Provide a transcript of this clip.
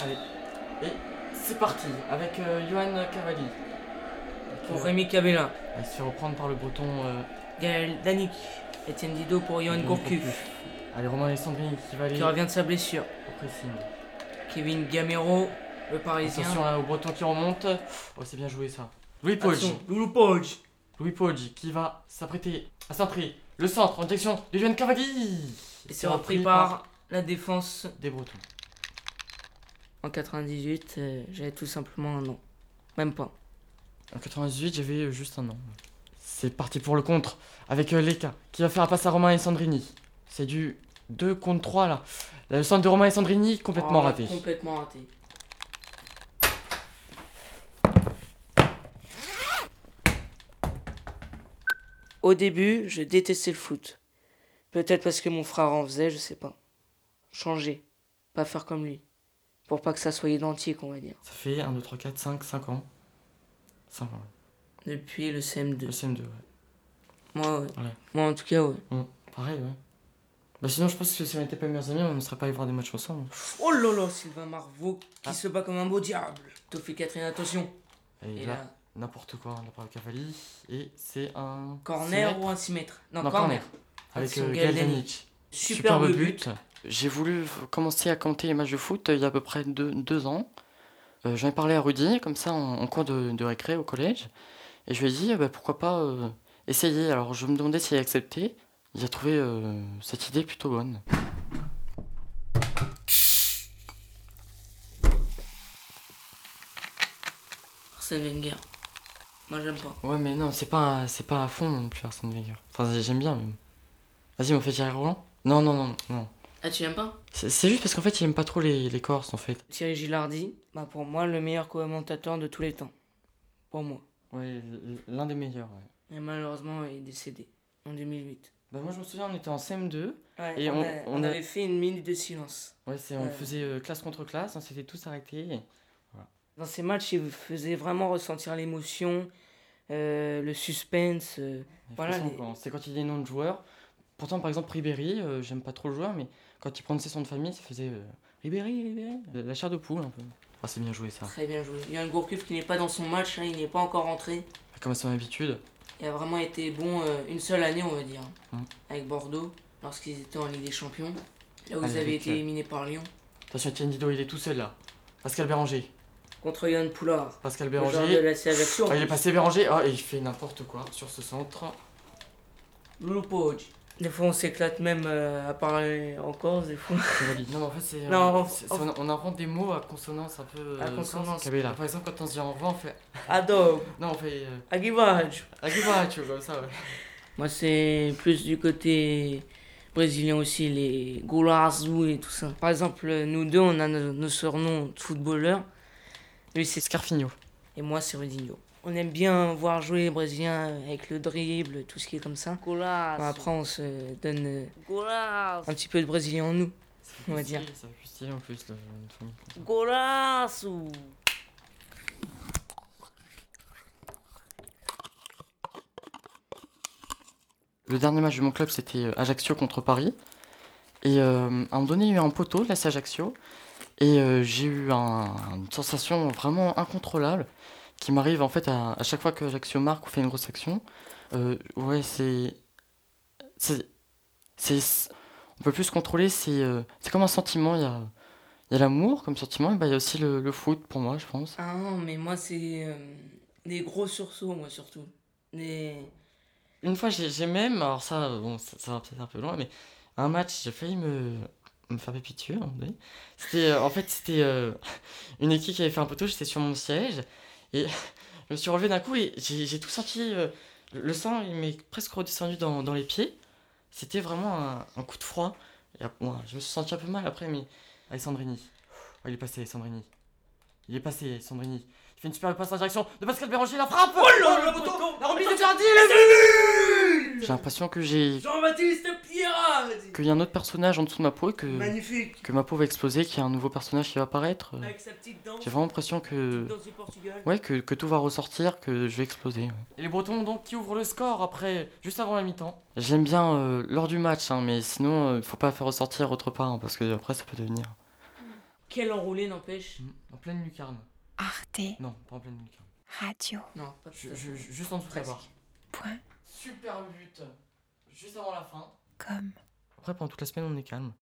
Allez, et c'est parti avec euh, Johan Cavalli. pour Rémi Cabella, À se faire reprendre par le breton. euh, Gaël Danic, Etienne Dido pour Johan Johan Gourcuff, Gourcuff. Allez, Romain Alessandrini qui va aller qui revient de sa blessure, au pressing. Kevin Gamero, le Parisien, Attention là, au breton qui remonte. Oh, c'est bien joué ça. Louis Poggi. Action, Loulou Poggi. Louis Poggi qui va s'apprêter à s'entrer. Le centre en direction de Johan Cavalli. et c'est repris par la défense des bretons. en 98, euh, j'avais tout simplement un an, même pas. En 98, j'avais euh, juste un an. C'est parti pour le contre avec euh, Leka qui va faire un passe à Romain et Sandrini. C'est du 2 contre 3 là. Le centre de Romain et Sandrini complètement Oh, raté. Complètement raté. Au début, je détestais le foot. Peut-être parce que mon frère en faisait, je sais pas. Changer, pas faire comme lui. Pour pas que ça soit identique, on va dire. Ça fait 1, 2, 3, 4, 5, 5 ans. 5 ans. ouais. Depuis le Le CM2. CM2, ouais. Moi, ouais. Ouais. Moi, en tout cas, ouais. Hum, Pareil, ouais. Bah sinon, je pense que si on n'était pas meilleurs amis, on ne serait pas allé voir des matchs ensemble. Oh là là, Sylvain Marvaux qui Ah. se bat comme un beau diable. Tophée Catherine, attention. Et, Et là, là, n'importe quoi, on a parlé Cavalli. Et c'est un. corner six ou un 6 mètres Non, Non, corner. corner. Avec Action, euh, Gaël Gaël Daniel. Daniel. Superbe, but. J'ai voulu f- commencer à commenter les matchs de foot euh, il y a à peu près deux, deux ans. Euh, J'en ai parlé à Rudy, comme ça, en, en cours de, de récré au collège. Et je lui ai dit, eh ben, pourquoi pas euh, essayer. Alors je me demandais s'il acceptait. Il a trouvé euh, cette idée plutôt bonne. Arsène Wenger. Moi, j'aime pas. Ouais, mais non, c'est pas, c'est pas à fond non plus Arsène Wenger. Enfin, j'aime bien même. Vas-y, on fait Thierry Roland Non, non, non, non. Ah, tu l'aimes pas C'est c'est juste parce qu'en fait, il aime pas trop les, les Corses en fait. Thierry Gilardi, bah pour moi, le meilleur commentateur de tous les temps. Pour moi. Ouais, l'un des meilleurs, ouais. Et malheureusement, il est décédé en 2008. Bah, moi, je me souviens, on était en CM2. Ouais, Et on, on- a- on on a- avait fait une minute de silence. Ouais, c'est, on Ouais. faisait euh, classe contre classe, on s'était tous arrêtés. Dans ces matchs, il vous faisait vraiment ressentir l'émotion, euh, le suspense. euh. Voilà, Voilà, les- C'est quand il y a des noms de joueurs. Pourtant, par exemple, Ribéry, euh, j'aime pas trop le joueur, mais quand il prononçait son nom de famille, ça faisait euh, Ribéry, Ribéry. La, la chair de poule, un peu. Ah, c'est bien joué ça. Très bien joué. Il y a un Gourcuff qui n'est pas dans son match, hein, il n'est pas encore rentré. Ah, Comme à son habitude. Il a vraiment été bon euh, une seule année, on va dire, Mhm. avec Bordeaux, lorsqu'ils étaient en Ligue des Champions. Là où Avec, ils avaient été euh, éliminés par Lyon. Attention, Etienne Dido, il est tout seul là. Pascal Béranger. Contre Yann Poulard. Pascal le joueur de Béranger. la sélection. Ah, il est passé Béranger. Ah, et il fait n'importe quoi sur ce centre. Loulou Poggi. Des fois, on s'éclate même euh, à parler en Corse, des fois. Non, mais en fait, c'est. Non, euh, en- c'est- c'est- on, on invente des mots à consonance un peu. À euh, consonance. Kabela. Par exemple, quand on se dit au revoir, on fait. Adobe, Non, on fait. Euh, Aguivage. Aguiba, tu vois, comme ça, ouais. Moi, c'est plus du côté brésilien aussi, les Golazo et tout ça. Par exemple, nous deux, on a nos, nos surnoms de footballeurs. Lui, c'est Scarfigno. et moi, c'est Rodinho. On aime bien voir jouer les Brésiliens avec le dribble, tout ce qui est comme ça. Bon, après, on se donne euh, un petit peu de Brésilien en nous. Ça On va fait dire. stylé, Ça fait plus stylé en plus, le, une famille. Golazo Le dernier match de mon club, c'était euh, Ajaccio contre Paris. Et euh, à un moment donné, il y a eu un poteau, là c'est Ajaccio. Et euh, j'ai eu un- une sensation vraiment incontrôlable qui m'arrive en fait à, à chaque fois que Ajaccio marque ou fait une grosse action. Euh, ouais, c'est. C'est. c'est- On peut plus se contrôler, c'est euh, c'est comme un sentiment. Il y a, il y a l'amour comme sentiment, et bah, il y a aussi le, le foot pour moi, je pense. Ah non, mais moi, c'est euh, des gros sursauts, moi, surtout. Des... Une fois, j'ai j'ai même, alors ça, bon, ça, ça va peut-être un peu loin, mais un match, j'ai failli me, me faire pépitueux. C'était, euh, en fait, c'était euh, une équipe qui avait fait un poteau, j'étais sur mon siège, et je me suis relevé d'un coup et j'ai j'ai tout senti, euh, le sang, il m'est presque redescendu dans, dans les pieds. C'était vraiment un, un coup de froid. Et, ap- bon, je me suis senti un peu mal après, mais Alessandrini. Oh, il est passé, Alessandrini. Il est passé, Alessandrini. Il fait une super passe en direction de Pascal Béranger, la frappe Oh là, le poteau poteau La remise de Jardy, j'ai l'impression que j'ai Jean-Baptiste Pierre qu'il y a un autre personnage en dessous de ma peau et Euh. que, Magnifique que ma peau va exploser, qu'il y a un nouveau personnage qui va apparaître. Avec sa petite danse, J'ai vraiment l'impression que danse du Portugal. ouais que, que tout va ressortir, que je vais exploser. ouais. Et les Bretons donc qui ouvrent le score après juste avant la mi-temps. J'aime bien euh, lors du match, hein, mais sinon euh, faut pas faire ressortir autre part hein, parce que après ça peut devenir. Quel enroulé n'empêche Mm, En pleine lucarne. Arte Non, pas en pleine lucarne. Radio.com. Non, pas de Je- je- juste en dessous de la barre. Super but. Juste avant la fin. Après, pendant toute la semaine, on est calme.